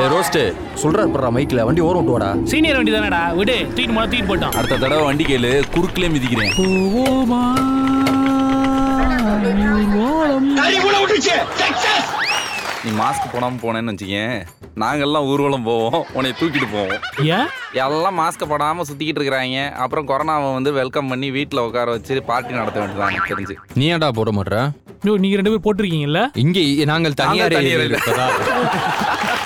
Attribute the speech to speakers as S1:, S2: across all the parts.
S1: ஏ roast சொல்கிறார் படுறா மைக்கில் வண்டி ஓரம் ஓட்டுவாடா
S2: சீனியர் வண்டி தானடா விடு தூக்கிட்டு போனா தூக்கிட்டு போட்டோம்
S3: அடுத்த தடவை வண்டி கேளு குறுக்கிலே மிதிக்கிறேன் நீ மாஸ்க் போடாமல் போனேன்னு வச்சுக்கேன் நாங்கெல்லாம் ஊர்வலம் போவோம் உன்னை தூக்கிட்டு போவோம்
S2: ஏன்
S3: எல்லாம் மாஸ்க் போடாமல் சுற்றிக்கிட்டு இருக்கிறாங்க அப்புறம் கொரோனாவை வந்து வெல்கம் பண்ணி வீட்டில் உட்கார வச்சு பார்ட்டி நடத்த வேண்டியதான் எனக்கு தெரிஞ்சு
S1: நீ ஏன்டா போட மாட்ற
S2: ஐயோ, நீங்க ரெண்டு பேரும் போட்டிருக்கீங்கல்ல
S1: இங்கே நாங்கள் தனியார்
S3: நாங்கள் தனியார்
S1: ஏரியாவில்
S3: ஏரியா.
S1: இருப்பதா?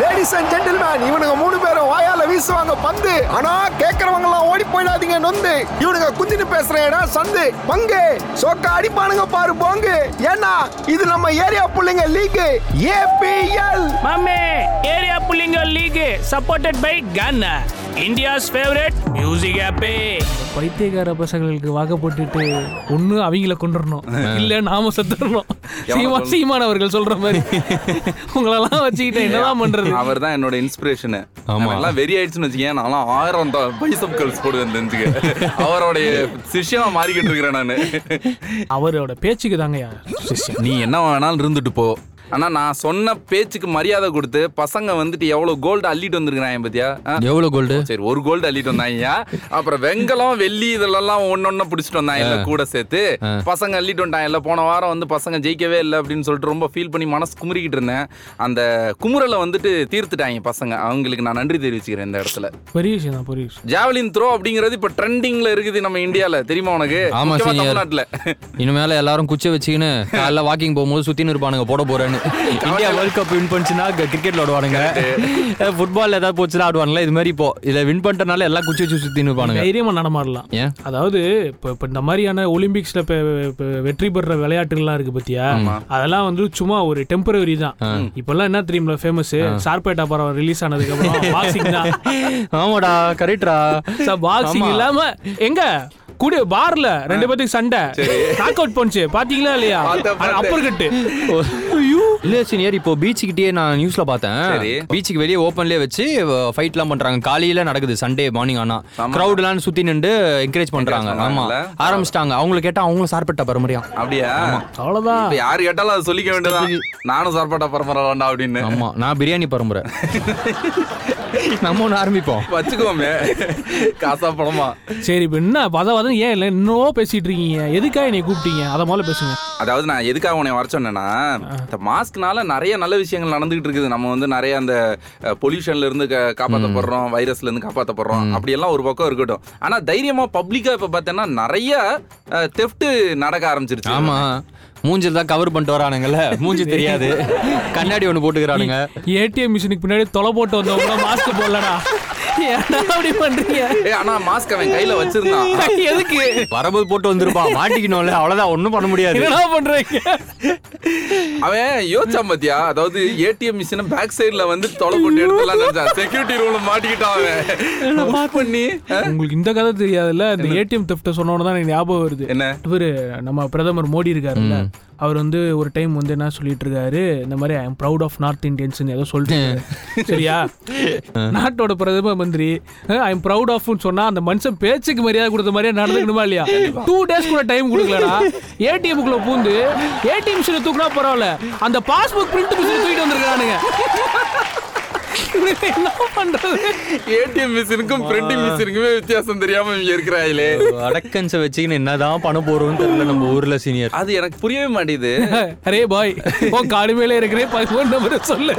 S4: லேடிஸ் அண்ட் ஜென்டில்மேன் இவனுங்க மூணு பேரும் வாயால வீசுவாங்க பந்து ஆனா கேக்குறவங்க எல்லாம் ஓடி போயிடாதீங்க நொந்து இவனுங்க குத்திட்டு பேசுற இடம் சந்து பங்கு சொக்க அடிப்பானுங்க பாரு போங்கு ஏன்னா இது நம்ம ஏரியா புள்ளைங்க லீக் ஏபிஎல்
S2: மாமே ஏரியா புள்ளிங்க league supported by Gaana India's favourite music ஆப்பே பைத்தியக்கார பசங்களுக்கு வாக்கு போட்டுட்டு ஒண்ணு அவங்கள கொண்டுடணும் இல்ல நாம செத்துடணும் சீமா
S3: சொல்~
S2: சீமான் அவர்கள் சொல்ற மாதிரி உங்களெல்லாம் வச்சுக்கிட்டு என்னதான் பண்றது
S3: அவர் தான் என்னோட இன்ஸ்பிரேஷனு
S1: ஆமா.
S3: எல்லாம் வெறி ஆயிடுச்சுன்னு வச்சுக்கேன் நான்லாம் ஆயிரம் பைசப் கல்ஸ் போடுவேன் தெரிஞ்சுக்க அவருடைய சிஷ்யமா மாறிக்கிட்டு இருக்கிறேன் நான்
S2: அவரோட பேச்சுக்கு தாங்கய்யா சிஷ்யம்
S3: நீ என்ன வேணாலும் இருந்துட்டு போ ஆனா நான் சொன்ன பேச்சுக்கு மரியாதை கொடுத்து பசங்க வந்துட்டு எவ்வளவு கோல்டு அள்ளிட்டு வந்திருக்கிறாங்க பாத்தியா ஆ?
S1: எவ்வளோ கோல்டு
S3: சரி ஒரு கோல்டு அள்ளிட்டு வந்தாங்க அப்புறம் வெங்கலம் வெள்ளி இதெல்லாம் ஒன்னொன்னு பிடிச்சிட்டு வந்தாங்க கூட சேர்த்து பசங்க அள்ளிட்டு வந்தாங்க போன வாரம் வந்து பசங்க ஜெயிக்கவே இல்லை அப்படின்னு சொல்லிட்டு ரொம்ப ஃபீல் பண்ணி மனசு குமுறிக்கிட்டு இருந்தேன் அந்த குமுறலை வந்துட்டு தீர்த்துட்டாங்க பசங்க அவங்களுக்கு நான் நன்றி தெரிவிச்சுக்கிறேன் இந்த இடத்துல
S2: பெரிய விஷயம் தான் பெரிய விஷயம்
S3: ஜாவலின் த்ரோ அப்படிங்கிறது இப்ப ட்ரெண்டிங்ல இருக்குது நம்ம இந்தியால தெரியுமா உனக்கு
S1: ஆமா
S3: முக்கியமா
S1: சீனியர்
S3: தமிழ்நாட்டுல
S1: இனிமேல எல்லாரும் குச்சை வச்சுக்கின்னு காலைல வாக்கிங் போகும்போது சுத்தின்னு இருப்பானுங்க போட போறேன்னு இந்தியா வேர்ல்ட் கப் வின் பண்ணுச்சுன்னா கிரிக்கெட்ல ஆடுவானுங்க ஃபுட்பால் ஏதாவது போச்சுன்னா ஆடுவானுங்களா இது மாதிரி இப்போ இதை வின் பண்ணிட்டனால எல்லாம் குச்சி வச்சு சுத்தின்னு இருப்பானுங்க
S2: தைரியமா நடமாடலாம்
S1: ஏன்
S2: அதாவது இப்போ இப்போ இந்த மாதிரியான ஒலிம்பிக்ஸ்ல இப்ப- இப்ப வெற்றி பெற விளையாட்டுகள்லாம் இருக்கு பத்தியா அதெல்லாம் வந்து சும்மா ஒரு டெம்பரவரி தான் இப்பெல்லாம் என்ன தெரியுமா ஃபேமஸ் சார்பேட்டா படம் ரிலீஸ் ஆனதுக்கு அப்புறம் பாக்ஸிங் தான்
S1: ஆமாடா கரெக்டா
S2: பாக்ஸிங் இல்லாம எங்க கூடி பார்ல ரெண்டு பேத்துக்கு சண்டை நாக் அவுட் பண்ணுச்சு பாத்தீங்களா இல்லையா
S3: பார்த்தேன், பார்த்தேன்.
S2: அப்பர் கட்டு
S1: இல்ல சீனியர் இப்போ பீச் கிட்டயே நான் நியூஸ்ல பார்த்தேன்
S3: சரி.
S1: பீச்சுக்கு வெளியே ஓப்பன்லயே வச்சு ஃபைட் எல்லாம் பண்றாங்க காலையில நடக்குது சண்டே மார்னிங் ஆனா
S3: ஆமா.
S1: கிரௌட் எல்லாம் சுத்தி நின்று என்கரேஜ் பண்றாங்க ஆமா
S3: பண்றாங்கல்ல?
S1: ஆரம்பிச்சிட்டாங்க அவங்களை கேட்டா அவங்களும் சார்பட்ட பரம்பரையா
S3: அப்படியா
S2: அவ்வளவுதான்
S3: இப்ப யாரு கேட்டாலும் அதை சொல்லிக்க வேண்டியதான் நானும் சார்பாட்டா பரம்பரை வேண்டாம் அப்படின்னு
S1: ஆமா நான் பிரியாணி பரம்பரை நம்ம ஒன்று ஆரம்பிப்போம்
S3: வச்சுக்கோமே காசா படமா
S2: சரி இப்ப என்ன பத பதம் ஏன் இல்லை இன்னும் பேசிட்டு இருக்கீங்க எதுக்காக என்னை கூப்பிட்டீங்க அதை முதல்ல பேசுங்க
S3: அதாவது நான் எதுக்காக உன்னை வர சொன்னேன்னா இந்த மாஸ்க்னால நிறைய நல்ல விஷயங்கள் நடந்துகிட்டு இருக்குது நம்ம வந்து நிறைய அந்த பொல்யூஷன்ல இருந்து கா- காப்பாத்தப்படுறோம் வைரஸ்ல இருந்து காப்பாத்தப்படுறோம் அப்படியெல்லாம் ஒரு பக்கம் இருக்கட்டும் ஆனா தைரியமா பப்ளிக்கா இப்ப பார்த்தேன்னா நிறைய தெஃப்ட் நடக்க ஆரம்பிச்சிருச்சு
S1: ஆமா மூஞ்சில் தான் கவர் பண்ணிட்டு வரானுங்கல்ல மூஞ்சி தெரியாது கண்ணாடி ஒன்று போட்டுக்கிறானுங்க
S2: ஏடிஎம் மிஷினுக்கு பின்னாடி தொலை போட்டு வந்தவங்க கூட மாஸ்க் போடலடா ஏன்டா அப்படி பண்றீங்க
S3: ஏய், ஆனா மாஸ்க் அவன் கையில வச்சிருந்தான்
S2: எதுக்கு
S1: வரபோது போட்டு வந்திருப்பான் மாட்டிக்கணும்ல அவ்வளோதான் ஒன்றும் பண்ண முடியாது
S2: என்ன பண்றீங்க
S3: அவன் யோசிச்சான் பாத்தியா அதாவது ஏடிஎம் மிஷினை பேக் சைடுல வந்து தொலை போட்டு எடுத்துலாம் நினைச்சான் செக்யூரிட்டி ரூம்ல மாட்டிக்கிட்டான் அவன் Push பண்ணி அஹ்,
S2: உங்களுக்கு இந்த கதை தெரியாதுல்ல இந்த ஏடிஎம் தெஃப்ட சொன்னோன்னு தான் எனக்கு ஞாபகம் வருது
S3: என்ன
S2: இவரு நம்ம பிரதமர் மோடி இருக்காருல்ல அவர் வந்து ஒரு டைம் வந்து என்ன சொல்லிட்டு இருக்காரு இந்த மாதிரி I am proud of North Indians ஏதோ சொல்லிட்டு இருக்காரு. சரியா நாட்டோட பிரதம மந்திரி ஐ எம் ப்ரௌட் ஆஃப்னு சொன்னா அந்த மனுஷன் பேச்சுக்கு மரியாதை கொடுத்த மாதிரியே நடந்துக்கணுமா இல்லையா டூ டேஸ் கூட டைம் கொடுக்கலடா ஏடிஎம் குள்ள பூந்து ஏடிஎம் மிஷினை தூக்குனா பரவாயில்ல அந்த பாஸ்புக் பிரிண்ட் மிஷினை தூக்கிட்டு வந்திருக்கானுங்க என்ன பண்றது
S3: ஏடிஎம் மிஷினுக்கும் பிரிண்டிங் மிஷினுக்குமே வித்தியாசம் தெரியாம இங்க இருக்கிறாங்களே
S1: அடக்கன்ஸை வச்சுக்கின்னு என்னதான் பண்ண போறோம்னு தெரியல நம்ம ஊர்ல சீனியர்
S3: அது எனக்கு புரியவே மாட்டேங்குது
S2: அரே பாய் உன் காடுமையில இருக்கிறேன் பதிமூணு நம்பர் சொல்லு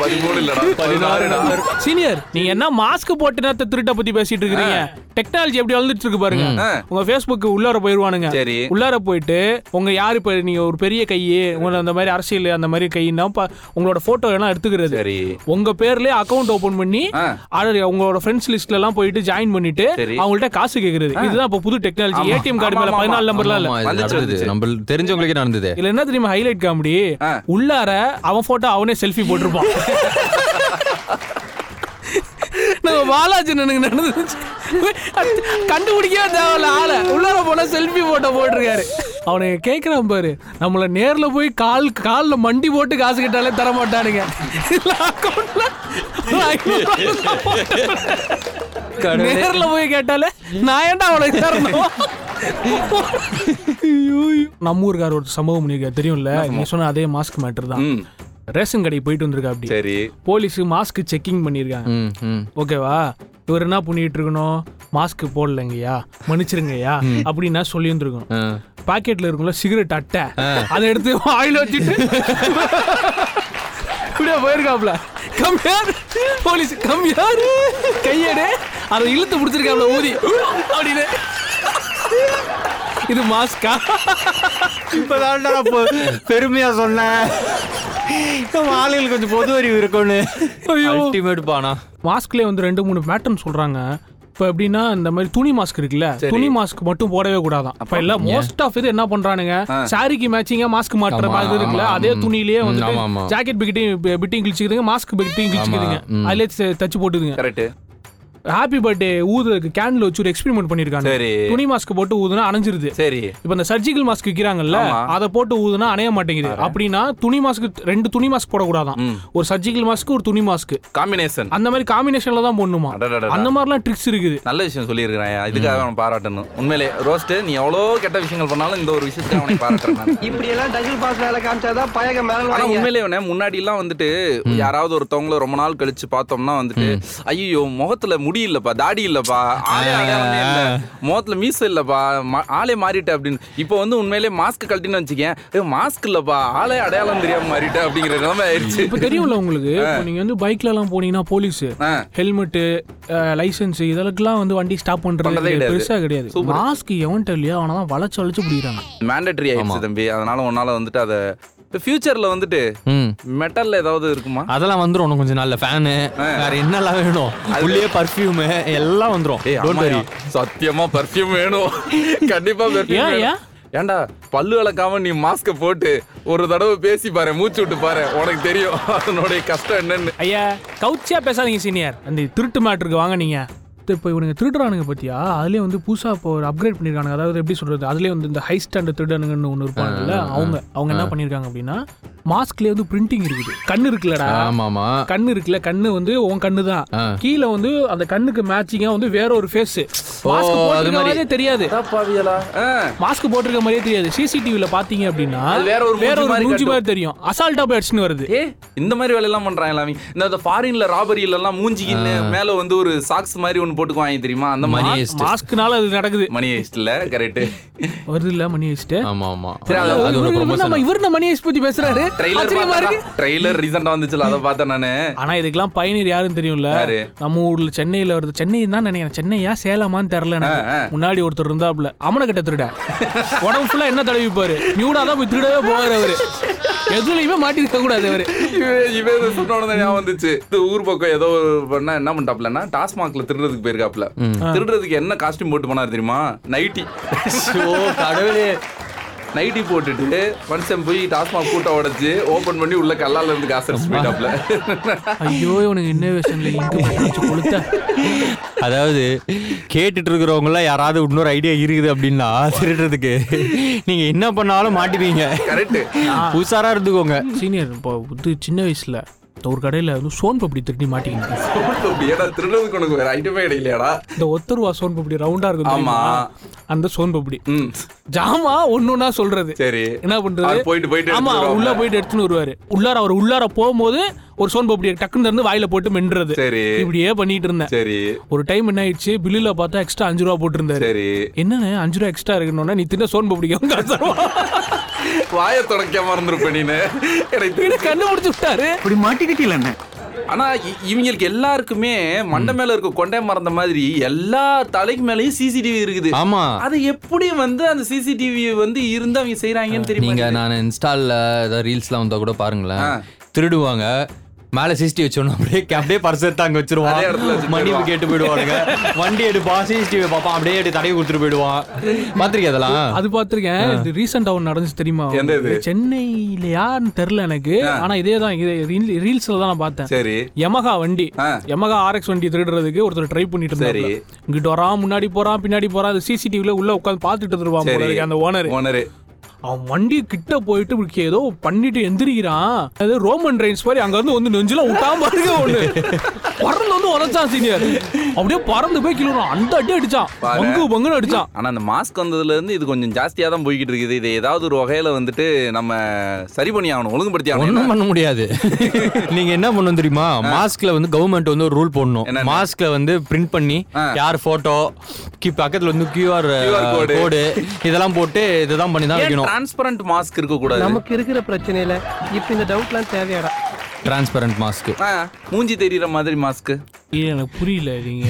S3: பதிமூணு இல்லடா பதினாறுடா
S2: சீனியர் நீங்க என்ன மாஸ்க் போட்டு நேரத்தை திருட்ட பத்தி பேசிட்டு இருக்கீங்க டெக்னாலஜி எப்படி வளர்ந்துட்டு இருக்கு பாருங்க
S3: ஆ.
S2: உங்க ஃபேஸ்புக் உள்ளார போயிருவானுங்க
S3: சரி.
S2: உள்ளார போயிட்டு உங்க யாரு இப்ப நீங்க ஒரு பெரிய கை உங்களை அந்த மாதிரி அரசியல் அந்த மாதிரி கைன்னா ப- உங்களோட போட்டோ எல்லாம் எடுத்துக்கிறது
S3: சரி
S2: உங்க பேர்லயே அக்கவுண்ட் ஓபன் பண்ணி
S3: ஆ.
S2: அது உங்களோட ஃப்ரெண்ட்ஸ் லிஸ்ட்ல எல்லாம் போயிட்டு ஜாயின் பண்ணிட்டு
S3: சரி.
S2: அவங்கள்ட்ட காசு கேக்குறது இதுதான் இப்ப புது டெக்னாலஜி
S3: ஆமா.
S2: ஏடிஎம் கார்டு மேல
S3: ஆமா, ஆமா.
S2: பதினாலு நம்பர்லாம் இல்ல
S1: ஆமா, இது
S3: வந்துச்சு,
S1: நடந்தது
S3: வந்துச்சு.
S1: நம்ம தெரிஞ்சவங்களுக்கே நடந்தது
S2: இதுல என்ன தெரியுமா ஹைலைட் காமெடி
S3: ஆ.
S2: உள்ளார அவன் போட்டோ அவனே செல்ஃபி போட்டிருப்பான் நம்ம பாலாஜி எனக்கு நடந்து கண்டுபிடிக்கவே தேவையில்ல ஆளை உள்ளார போனா செல்ஃபி போட்டோ போட்டிருக்காரு அவனை கேட்குறான் பாரு நம்மள நேர்ல போய் கால் கால்ல மண்டி போட்டு காசு கேட்டாலே தர மாட்டானுங்க இதுல accountல ஒரு ஐநூறு நேர்ல போய் கேட்டாலே நான் ஏன்டா அவனுக்கு தரணும் நம்ம ஊருக்கார ஒரு சம்பவம் பண்ணியிருக்காரு தெரியும்ல நீ சொன்ன அதே மாஸ்க் மேட்டர் தான்
S3: ம்
S2: ரேஷன் கடைக்கு போயிட்டு வந்திருக்கா அப்படி
S3: சரி
S2: போலீஸ் மாஸ்க் செக்கிங் பண்ணியிருக்காங்க
S1: ம் ம்
S2: ஓகேவா இவர் என்ன பண்ணிட்டு இருக்கணும் மாஸ்க் போடலங்கய்யா மன்னிச்சிருங்கய்யா அப்படின்னா சொல்லியிருந்துருக்கோம்
S1: ஆ.
S2: பாக்கெட்ல இருக்கும்ல சிகரெட் அட்டை அதை எடுத்து ஆயில் வச்சுட்டு இப்படியே போயிருக்காப்ல கம்மியார் போலீஸ் கம்மியார் கையடு அதை இழுத்து பிடிச்சிருக்காப்ல ஊதி அப்படின்னு இது மாஸ்கா
S1: இப்பதான்டா நான் பொ- பெருமையா சொன்னேன் நம்ம ஆளுங்களுக்கு கொஞ்சம் பொது அறிவு இருக்கும்னு
S2: ஐயோ.
S1: அல்டிமேட் பானா
S2: மாஸ்க்லேயே வந்து ரெண்டு மூணு பேட்டர்ன் சொல்றாங்க இப்போ எப்படின்னா இந்த மாதிரி துணி மாஸ்க் இருக்குல்ல துணி மாஸ்க் மட்டும் போடவே கூடாதான் அப்ப இல்ல மோஸ்ட் ஆஃப் இது என்ன பண்றானுங்க சாரிக்கு மேட்சிங்கா மாஸ்க் மாட்டுற
S1: ஆமா,
S2: மாதிரி இருக்குல்ல
S1: ஆமா,
S2: அதே
S1: ம்.
S2: துணியிலேயே
S1: ம்,
S2: வந்து
S1: ஆமா, ஆமா.
S2: ஜாக்கெட் பிக்கெட்டையும் பிட்டிங் கிழிச்சிக்கிறதுங்க மாஸ்க் பிக்கெட்டையும் கிழிச்சிக்கிறதுங்க
S1: ம்.
S2: அதுலேயே தே- தச்சு போட்டுதுங்க
S3: கரெக்ட்
S2: ஹாப்பி பர்த்டே ஊதுறதுக்கு கேண்டில் வச்சு ஒரு எக்ஸ்பெரிமெண்ட் பண்ணிருக்காங்க
S3: சரி
S2: துணி மாஸ்க் போட்டு ஊதுனா அணைஞ்சிருது
S3: சரி
S2: இப்போ இந்த சர்ஜிக்கல் மாஸ்க் விற்கிறாங்கல்ல
S3: ஆமா.
S2: அதை போட்டு ஊதுனா அணைய மாட்டேங்குது அப்படின்னா துணி மாஸ்க் ரெண்டு துணி மாஸ்க் போடக்கூடாதான்
S3: ம்.
S2: ஒரு சர்ஜிக்கல் மாஸ்க் ஒரு துணி மாஸ்க்
S3: காம்பினேஷன்
S2: அந்த மாதிரி காம்பினேஷன்ல தான் போடணுமா
S3: அடடடடா.
S2: அந்த மாதிரிலாம் ட்ரிக்ஸ் இருக்குது
S3: நல்ல விஷயம் சொல்லியிருக்கிறான் இதுக்காக அவன் பாராட்டணும் உண்மையிலே ரோஸ்ட் நீ எவ்வளோ கெட்ட விஷயங்கள் பண்ணாலும் இந்த ஒரு விஷயத்தை அவனை பாராட்டுறேன் நான்.
S5: இப்படி எல்லாம் டசில் பாஸ் வேலை காமிச்சாதான் பயங்க மேல
S3: ஆனா உண்மையிலே இவனை முன்னாடி எல்லாம் வந்துட்டு யாராவது ஒருத்தவங்கள ரொம்ப நாள் கழிச்சு பார்த்தோம்னா வந்துட்டு ஐயோ முகத்துல முடி இல்லப்பா தாடி இல்லப்பா ஆளே அடையாளமே இல்ல முகத்துல மீச இல்லப்பா ம- ஆளே மாறிட்ட அப்படின்னு இப்போ வந்து உண்மையிலே மாஸ்க் கழட்டின்னு வச்சுக்கேன் மாஸ்க் இல்லப்பா ஆளே அடையாளம் தெரியாம மாறிட்ட அப்படிங்கிற நிலைமை ஆயிடுச்சு
S2: இப்போ தெரியும்ல உங்களுக்கு இப்போ நீங்க வந்து பைக்ல எல்லாம் போனீங்கன்னா போலீஸ்
S3: ஆ.
S2: ஹெல்மெட்டு லைசன்ஸ் இதெல்லாம் வந்து வண்டி ஸ்டாப் பண்றது
S3: பண்றதே கிடையாது.
S2: பெருசா கிடையாது மாஸ்க் எவன்ட்ட இல்லையா அவனை தான் வளைச்சு வளைச்சு பிடிக்கிறாங்க
S3: மேண்டட்ரி ஆயிடுச்சு தம்பி அதனால உன்னால வந்துட்டு அதை ஃபியூச்சர்ல வந்துட்டு
S1: ம்
S3: மெட்டல்ல ஏதாவது இருக்குமா
S1: அதெல்லாம் வந்துரும் இன்னும் கொஞ்ச நாள்ல ஃபேனு வேற என்னெல்லாம் வேணும் உள்ளே பர்ஃப்யூமு எல்லாம் வந்துரும்
S3: ஏய்
S1: டோன்ட்
S3: ஆமாயா.
S1: வரி
S3: சத்தியமா பர்ஃப்யூம் வேணும் கண்டிப்பா perfume
S2: ஏன்,
S3: வேணும்.
S2: ஏன்?
S3: ஏன்டா பல்லு விளக்காம நீ மாஸ்க போட்டு ஒரு தடவை பேசி பாரு மூச்சு விட்டு பாரு உனக்கு தெரியும் அதனுடைய கஷ்டம் என்னன்னு
S2: ஐயா கவுச்சியா பேசாதீங்க சீனியர் அந்த திருட்டு மேட்ருக்கு வாங்க நீங்க இது இப்போ இவனுங்க திருடுறானுங்க பத்தியா அதுலயே வந்து புதுசா இப்போ ஒரு அப்கிரேட் பண்ணிருக்காங்க அதாவது எப்படி சொல்றது அதுலயே வந்து இந்த ஹை ஸ்டாண்டர்ட் திருடானுங்கன்னு ஒன்று இருப்பாங்கல்ல அவங்க அவங்க என்ன பண்ணிருக்காங்க அப்படின்னா மாஸ்க்லயே வந்து பிரிண்டிங் இருக்குது கண்ணு இருக்குல்லடா
S1: ஆமாமா
S2: கண்ணு இருக்குல்ல கண்ணு வந்து உன் கண்ணு தான்
S1: ஆ.
S2: கீழே வந்து அந்த கண்ணுக்கு மேட்சிங்கா வந்து வேற ஒரு ஃபேஸ் மாஸ்க் போட்டிருக்க
S1: மாதிரி.
S2: மாதிரியே தெரியாது
S3: ஆ,
S2: மாஸ்க் போட்டிருக்க மாதிரியே தெரியாது சிசிடிவில பாத்தீங்க அப்படின்னா
S3: அது வேற ஒரு
S2: வேற
S3: மூஞ்சி
S2: ஒரு
S3: மாதிரி
S2: மூஞ்சி
S3: காட்டும்.
S2: மாதிரி தெரியும் அசால்ட்டா பேட்ஸ்னு வருது
S3: ஏ இந்த மாதிரி வேலையெல்லாம் பண்றாங்க அவங்க இந்த ஃபாரின்ல ராபரியில எல்லாம் மூஞ்சிக்கின்னு மேல வந்து ஒரு சாக்ஸ் மாதிரி ஒன்னு போட்டுக்குவாங்க தெரியுமா அந்த
S1: மணி
S3: மாதிரி
S1: ஈஸ்ட்
S2: மாஸ்க்னால அது நடக்குது
S3: மணி இல்ல கரெக்ட்
S2: வருது இல்ல மணி வச்சுட்டு
S1: ஆமா ஆமா
S3: சரி, அது-
S1: அது ஒரு ப்ரொமோஷன்
S2: இவர் மணி ஐஸ் பத்தி பேசுறாரு ஆச்சரியமா
S3: ட்ரெய்லர்
S2: இருக்கு
S3: ட்ரெய்லர் ரீசெண்டா வந்துச்சுல அதை பார்த்தேன் நானு
S2: ஆனா இதுக்கெல்லாம் பயணியர் யாருன்னு தெரியும்ல நம்ம ஊர்ல சென்னையில வருது சென்னை தான் நினைக்கிறேன் சென்னையா சேலமான்னு தெரியல எனக்கு. முன்னாடி ஒருத்தர் இருந்தாப்ல அவனை கிட்ட திருட உடம்பு ஃபுல்லா என்ன தடவிப்பாரு நியூடா தான் போய் திருடவே போவாரு அவரு எதுலயுமே மாட்டிருக்க கூடாது அவரு
S3: இவன் இவன் இதை சொன்ன உடனே ஞாபகம் வந்துச்சு இந்த ஊர் பக்கம் ஏதோ ஒரு பண்ணா என்ன பண்ணிட்டாப்லன்னா டாஸ்மாக்ல திருடுறதுக்கு போயிருக்காப்ல திருடுறதுக்கு என்ன காஸ்டியூம் போட்டு போனார் தெரியுமா நைட்டி
S1: கடவுளே
S3: நைட்டி போட்டுட்டு மனுஷன் போய் டாஸ்மாக் கூட்ட உடைச்சு ஓபன் பண்ணி உள்ள கல்லால இருந்து காசு அடிச்சு போயிட்டாப்ல
S2: ஐயோ இவனுக்கு இன்னோவேஷன்ல இங்கு கொளுத்த
S1: அதாவது கேட்டுட்டு இருக்கிறவங்கள யாராவது இன்னொரு ஐடியா இருக்குது அப்படின்னா திருடுறதுக்கு நீங்க என்ன பண்ணாலும் மாட்டிப்பீங்க
S3: கரெக்ட்
S1: உஷாரா இருந்துக்கோங்க
S2: சீனியர் இப்போ இது சின்ன வயசுல ஒரு கடையில வந்து சோன் பப்படி திருடி மாட்டிக்கிட்டு
S3: ஏடா திருடுறதுக்கு உனக்கு வேற ஐட்டமே கிடைக்கலையாடா
S2: இந்த ஒத்தருவா சோன் பப்படி ரவுண்டா இருக்கும்
S3: ஆமா.
S2: தெரியுமா? அந்த சோன் பப்படி
S3: ம்
S2: ஜாமா ஒன்னொன்னா சொல்றது
S3: சரி
S2: என்ன பண்றது
S3: அவர் போயிட்டு போயிட்டு
S2: ஆமா அவர் உள்ள போயிட்டு எடுத்துன்னு வருவாரு உள்ளார அவர் உள்ளார போகும்போது ஒரு சோன் பப்படி டக்குன்னு இருந்து வாயில போட்டு மென்றது
S3: சரி
S2: இப்படியே பண்ணிட்டு இருந்தேன்
S3: சரி
S2: ஒரு டைம் என்ன ஆயிடுச்சு பில்லுல பார்த்தா எக்ஸ்ட்ரா அஞ்சு ரூபா போட்டிருந்தாரு
S3: சரி
S2: என்னன்னு அஞ்சு ரூபா எக்ஸ்ட்ரா இருக்கணும்னா நீ தின்ன சோன் பப்படி எங்க காசு தருவா?
S3: வாய தொடக்காம இருந்திருப்ப நீனு எனக்கு தெரியும்.
S2: இவரு கண்ணு முடிச்சு விட்டாரு
S5: இப்படி மாட்டிக்கிட்டீங்களா என்ன
S3: ஆனா இ- இவங்களுக்கு எல்லாருக்குமே மண்டை மேல இருக்க கொண்டை மறந்த மாதிரி எல்லா தலைக்கு மேலயும் சிசிடிவி இருக்குது
S1: ஆமா
S3: அது எப்படி வந்து அந்த சிசிடிவி வந்து இருந்து அவங்க செய்றாங்கன்னு
S1: நீங்க
S3: தெரியுமா
S1: நான் இன்ஸ்டால்ல ஏதாவது ரீல்ஸ்லாம் வந்தா கூட பாருங்களேன் திருடுவாங்க மேல சிசிடி வச்சோன்னு அப்படியே அப்படியே பர்ஸ் எடுத்து அங்க
S3: அதே இடத்துல
S1: வச்சிருவான்
S3: வச்சுட்டு
S1: மன்னிப்பு கேட்டு போயிடுவானுங்க வண்டி எடுப்பான் சிசிடிவி பார்ப்பான் அப்படியே எடுத்து தடவி கொடுத்துட்டு போயிடுவான் பாத்திருக்கீங்க அதெல்லாம்
S2: அது பாத்திருக்கேன் இது ரீசெண்டா ஒன்று நடந்துச்சு தெரியுமா
S3: எந்த இது?
S2: சென்னையிலயான்னு தெரியல எனக்கு ஆனா இதே தான் இது ரீல்ஸ்ல தான் நான் பார்த்தேன்
S3: சரி
S2: யமகா வண்டி
S3: ஆ.
S2: யமகா RX வண்டி திருடுறதுக்கு ஒருத்தர் ட்ரை பண்ணிட்டு இருந்தாரு
S3: சரி.
S2: இங்கிட்ட வரான் முன்னாடி போறான் பின்னாடி போறான் அது சிசிடிவில உள்ள உட்காந்து பாத்துட்டு இருந்துருவான் போல இருக்கு அந்த ஓனர்
S3: ஓனரு
S2: அவன் வண்டி கிட்ட போயிட்டு இப்படி ஏதோ பண்ணிட்டு எந்திரிக்கிறான் அது ரோமன் ரைன்ஸ் மாதிரி அங்க இருந்து வந்து நெஞ்சில விட்டாம பாருங்க ஒண்ணு பறந்து வந்து உரைச்சான் சீனியர் அப்படியே பறந்து போய் கிலோ அந்த அடி அடிச்சான்
S3: பாரு.
S2: பங்கு பங்குன்னு அடிச்சான்
S3: ஆனா அந்த மாஸ்க் வந்ததுல இருந்து இது கொஞ்சம் ஜாஸ்தியா தான் போய்கிட்டு இருக்குது இது ஏதாவது ஒரு வகையில வந்துட்டு நம்ம சரி பண்ணி ஆகணும் ஒழுங்குபடுத்தி ஆகணும்
S1: ஒன்றும் பண்ண முடியாது நீங்க என்ன பண்ணணும் தெரியுமா மாஸ்க்ல வந்து கவர்மெண்ட் வந்து ஒரு ரூல் போடணும்
S3: என்னென்ன?
S1: மாஸ்க்ல வந்து பிரிண்ட் பண்ணி
S3: ஆ.
S1: யார் போட்டோ பக்கத்துல வந்து கியூஆர்
S3: QR code.
S1: கோடு இதெல்லாம் போட்டு இதெல்லாம் பண்ணி தான் வைக்கணும்
S3: டிரான்ஸ்பரண்ட் மாஸ்க் இருக்க கூடாது
S5: நமக்கு இருக்கிற பிரச்சனையில இப்ப இந்த டவுட்லாம் தேவையாடா
S1: டிரான்ஸ்பரண்ட் மாஸ்க்
S3: மூஞ்சி தெரியற மாதிரி மாஸ்க்
S2: இது எனக்கு புரியல நீங்க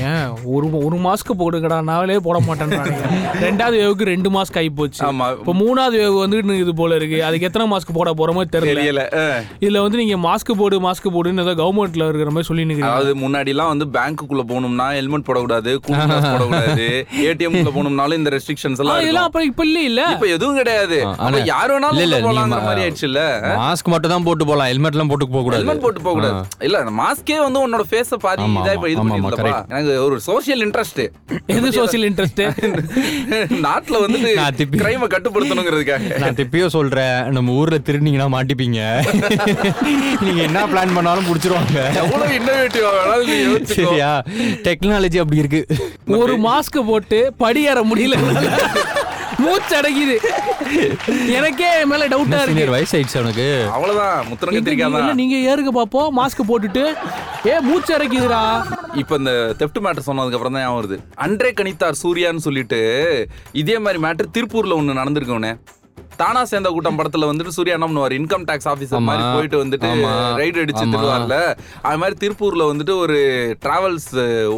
S2: ஒரு ஒரு மாஸ்க் போடுங்கடா நாளே போட மாட்டேன்றாங்க ரெண்டாவது வேவுக்கு ரெண்டு மாஸ்க் ஆகி போச்சு
S3: ஆமா.
S2: இப்போ மூணாவது வேவ் வந்து இது போல இருக்கு அதுக்கு எத்தனை மாஸ்க் போட போறோமோ தெரியல
S3: தெரியல ஆ.
S2: இதுல வந்து நீங்க மாஸ்க் போடு மாஸ்க் போடுன்னு ஏதோ கவர்மெண்ட்ல இருக்கிற மாதிரி சொல்லி நிக்கிறீங்க
S3: அதாவது முன்னாடிலாம் வந்து பேங்க்குள்ள போகணும்னா ஹெல்மெட் போடக்கூடாது கூல் கிளாஸ் போடக்கூடாது ஏடிஎம் குள்ள போகணும்னாலும் இந்த ரெஸ்ட்ரிக்ஷன்ஸ்
S2: ஆ,
S3: எல்லாம்
S2: இதெல்லாம்
S3: இருக்கும்.
S2: அப்புறம் இப்ப இல்ல இல்ல
S3: இப்ப எதுவும் கிடையாது அப்ப
S1: ஆனா-
S3: யார்
S1: இல்ல, இல்ல,
S3: வேணாலும்
S1: நீங்க
S3: போலாங்கிற
S1: மா-
S3: மாதிரி ஆயிடுச்சுல்ல
S1: மாஸ்க் மட்டும் தான் போட்டு போலாம் ஹெல்மெட்லாம் போட்டு போக கூடாது
S3: ஹெல்மெட் போட்டு போக கூடாது இல்ல மாஸ்கே வந்து உன்னோட ஃபேஸ பாதி
S1: ஆமா,
S3: இதா இப்ப இது
S1: ஆமா, ஆமா,
S3: பண்ணிருந்தப்பா
S1: correct.
S3: எனக்கு ஒரு சோஷியல் இன்ட்ரெஸ்ட்
S2: எது சோசியல் இன்ட்ரெஸ்ட்
S3: நாட்டுல வந்து
S1: நான் திப்பி-
S3: கிரைம கட்டுப்படுத்தணுங்கிறதுக்காக
S1: நான் திப்பியோ சொல்றேன் நம்ம ஊர்ல திருநீங்கன்னா மாட்டிப்பீங்க நீங்க என்ன பிளான் பண்ணாலும் புடிச்சிருவாங்க
S3: எவ்வளவு இன்னோவேட்டிவா வேணாலும் நீ யோசிச்சுக்கோ.
S1: சரியா டெக்னாலஜி அப்படி இருக்கு
S2: ஒரு மாஸ்க் போட்டு படியேற முடியல மூச்சு அடக்கிது எனக்கே என் மேல டவுட்டா இருக்கு
S1: சீனியர் வயசாயிடுச்சு அவனுக்கு
S3: அவ்வளவுதான் முத்திரம்
S2: நீங்க- இல்ல,
S3: கத்திரிக்காதான்
S2: நீங்க ஏறுங்க பாப்போம் மாஸ்க் போட்டுட்டு ஏ மூச்சு அடைக்குதுடா
S3: இப்ப இந்த தெப்ட் மேட்டர் சொன்னதுக்கு அப்புறம் தான் ஞாபகம் வருது அன்றே கணித்தார் சூர்யான்னு சொல்லிட்டு இதே மாதிரி மேட்டர் திருப்பூர்ல ஒண்ணு நடந்திருக்கோனே தானா சேர்ந்த கூட்டம் படத்துல வந்துட்டு சூர்யா என்ன பண்ணுவார் இன்கம் டாக்ஸ் ஆபீசர்
S1: ஆமா.
S3: மாதிரி போயிட்டு வந்துட்டு
S1: ஆமா.
S3: ரைடு அடிச்சு
S1: ஆமா.
S3: திருவார்ல அது மாதிரி திருப்பூர்ல வந்துட்டு ஒரு டிராவல்ஸ்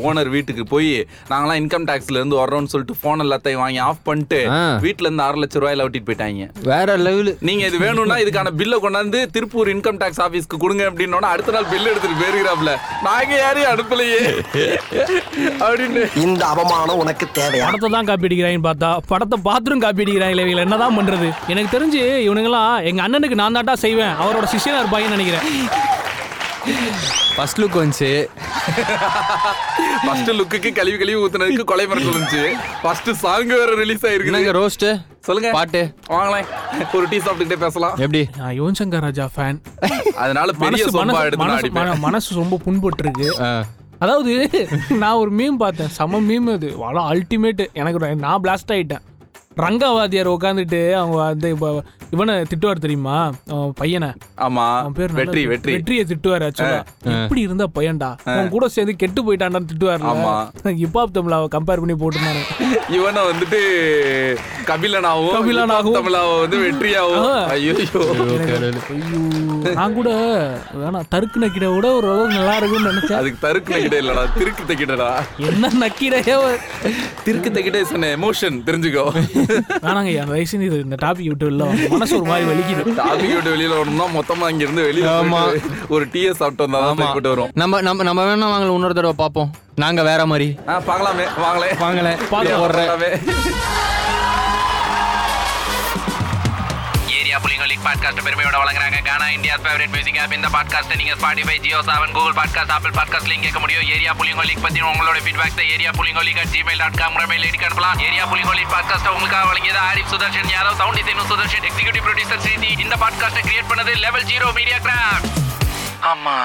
S3: ஓனர் வீட்டுக்கு போய் நாங்களாம் இன்கம் டாக்ஸ்ல இருந்து வர்றோம்னு சொல்லிட்டு போன் எல்லாத்தையும் வாங்கி ஆஃப் பண்ணிட்டு
S1: ஆ.
S3: வீட்டுல இருந்து ஆறு லட்சம் ரூபாயில ஒட்டிட்டு போயிட்டாங்க
S1: வேற லெவலு
S3: நீங்க இது வேணும்னா இதுக்கான பில்ல கொண்டாந்து திருப்பூர் இன்கம் டாக்ஸ் ஆபீஸ்க்கு கொடுங்க அப்படின்னோட அடுத்த நாள் பில் எடுத்துட்டு போயிருக்கிறாப்ல நாங்க யாரையும் அனுப்பலையே அப்படின்னு
S6: இந்த அவமானம் உனக்கு தேவையா
S2: படத்தை தான் காப்பி அடிக்கிறாங்கன்னு பார்த்தா படத்தை பாத்ரூம் காப்பி அடிக்கிறாங்களே இவங்க என்னதான் பண்றது எனக்கு தெரிஞ்சு இவனுங்கெல்லாம் எங்க அண்ணனுக்கு நான் தான்டா செய்வேன் அவரோட சிஷியனா இருப்பாங்கன்னு நினைக்கிறேன்
S1: ஃபர்ஸ்ட் லுக் வந்துச்சு
S3: ஃபர்ஸ்ட் லுக்குக்கு கழுவி கழுவி ஊத்துனதுக்கு கொலை மரத்து இருந்துச்சு ஃபர்ஸ்ட் சாங் வேற ரிலீஸ்
S1: என்னங்க
S3: ஆயிருக்கு
S1: ரோஸ்ட்
S3: சொல்லுங்க
S1: பாட்டு
S3: வாங்கலாம் ஒரு டீ சாப்பிட்டுட்டே பேசலாம்
S1: எப்படி
S2: நான் யுவன் சங்கர் ராஜா ஃபேன்
S3: அதனால பெரிய
S2: மனசு
S3: சொம்பா
S2: மனசு-
S3: எடுத்து நான்
S2: மனசு
S3: அடிப்பேன்
S2: மன- மனசு ரொம்ப புண்பட்டு இருக்கு
S1: ஆ.
S2: அதாவது நான் ஒரு மீம் பார்த்தேன் செம மீம் அது வள அல்டிமேட் எனக்கு ஒரு- நான் பிளாஸ்ட் ஆயிட்டேன் ரங்கா வாத்தியார் உட்காந்துட்டு அவங்க வந்து இப்ப இவனை திட்டுவார் தெரியுமா அவன் பையனை
S3: ஆமா
S2: அவன் பேர்
S3: வெற்றி
S2: நல்ல-
S3: வெற்றி
S2: வெற்றியை திட்டுவார் ஆக்சுவலா இப்படி இருந்தா பையன்டா அவன் கூட சேர்ந்து கெட்டு போயிட்டான்டான்னு திட்டுவார்
S3: ஆமா.
S2: ஹிப் ஹாப் தமிழாவை கம்பேர் பண்ணி போட்டுருந்தாங்க
S3: இவனை வந்துட்டு கபிலனாவும்
S2: கபிலனாகவும்.
S3: தமிழாவும் வந்து வெற்றியாவும்
S2: ஆ.
S3: ஐயோ
S2: நான் கூட வேணாம் தருக்கு நக்கிட விட ஒரு அளவுக்கு நல்லா இருக்கும்னு நினைச்சேன்
S3: அதுக்கு தருக்கு தக்கிட இல்லடா திருக்கு தக்கிடடா
S2: என்ன நக்கிடையே
S3: திருக்கு தக்கிட இஸ் எமோஷன் தெரிஞ்சுக்கோ
S2: வேணாங்க என் வயசு இது இந்த டாபிக் விட்டு இல்ல மனசு ஒரு மாதிரி வலிக்குது
S3: டாபிக் விட்டு வெளியில வரணும்னா மொத்தமா இங்க இருந்து வெளியில
S1: ஆமா.
S3: போயிட்டு ஒரு டீயை சாப்பிட்டு வந்தா தான் போயிட்டு வரும்
S1: நம்ம நம்ம நம்ம வேணா வாங்கல இன்னொரு தடவை பார்ப்போம் நாங்க வேற மாதிரி
S3: ஆ பார்க்கலாமே வாங்களே
S1: வாங்கல
S2: பார்க்கலாம்.
S1: போடுறேன்
S3: பார்க்கலாமே.
S7: ஏரியா புலிங்களுக்கு பாட்காஸ்ட் பெருமையோட வழங்குறாங்க Gaana India favourite music app இந்த பாட்காஸ்ட் நீங்க Spotify Jio seven Google podcast Apple பாட்காஸ்ட்லையும் கேட்க முடியும் ஏரியா புலிங்கோ லீக் பத்தி உங்களோட feedback area Pulingo league at Gmail dot com mail ஐடிக்கு அனுப்பலாம் ஏரியா புலிங்கோ லீக் பாட்காஸ்ட் உங்களுக்காக வழங்கியது Arif Sudharshan Yadav sound design Sudharshan executive producer Sridhi இந்த பாட்காஸ்ட்டை கிரியேட் பண்ணது லெவல் ஜீரோ மீடியா கிராஃப்ட் ஆமா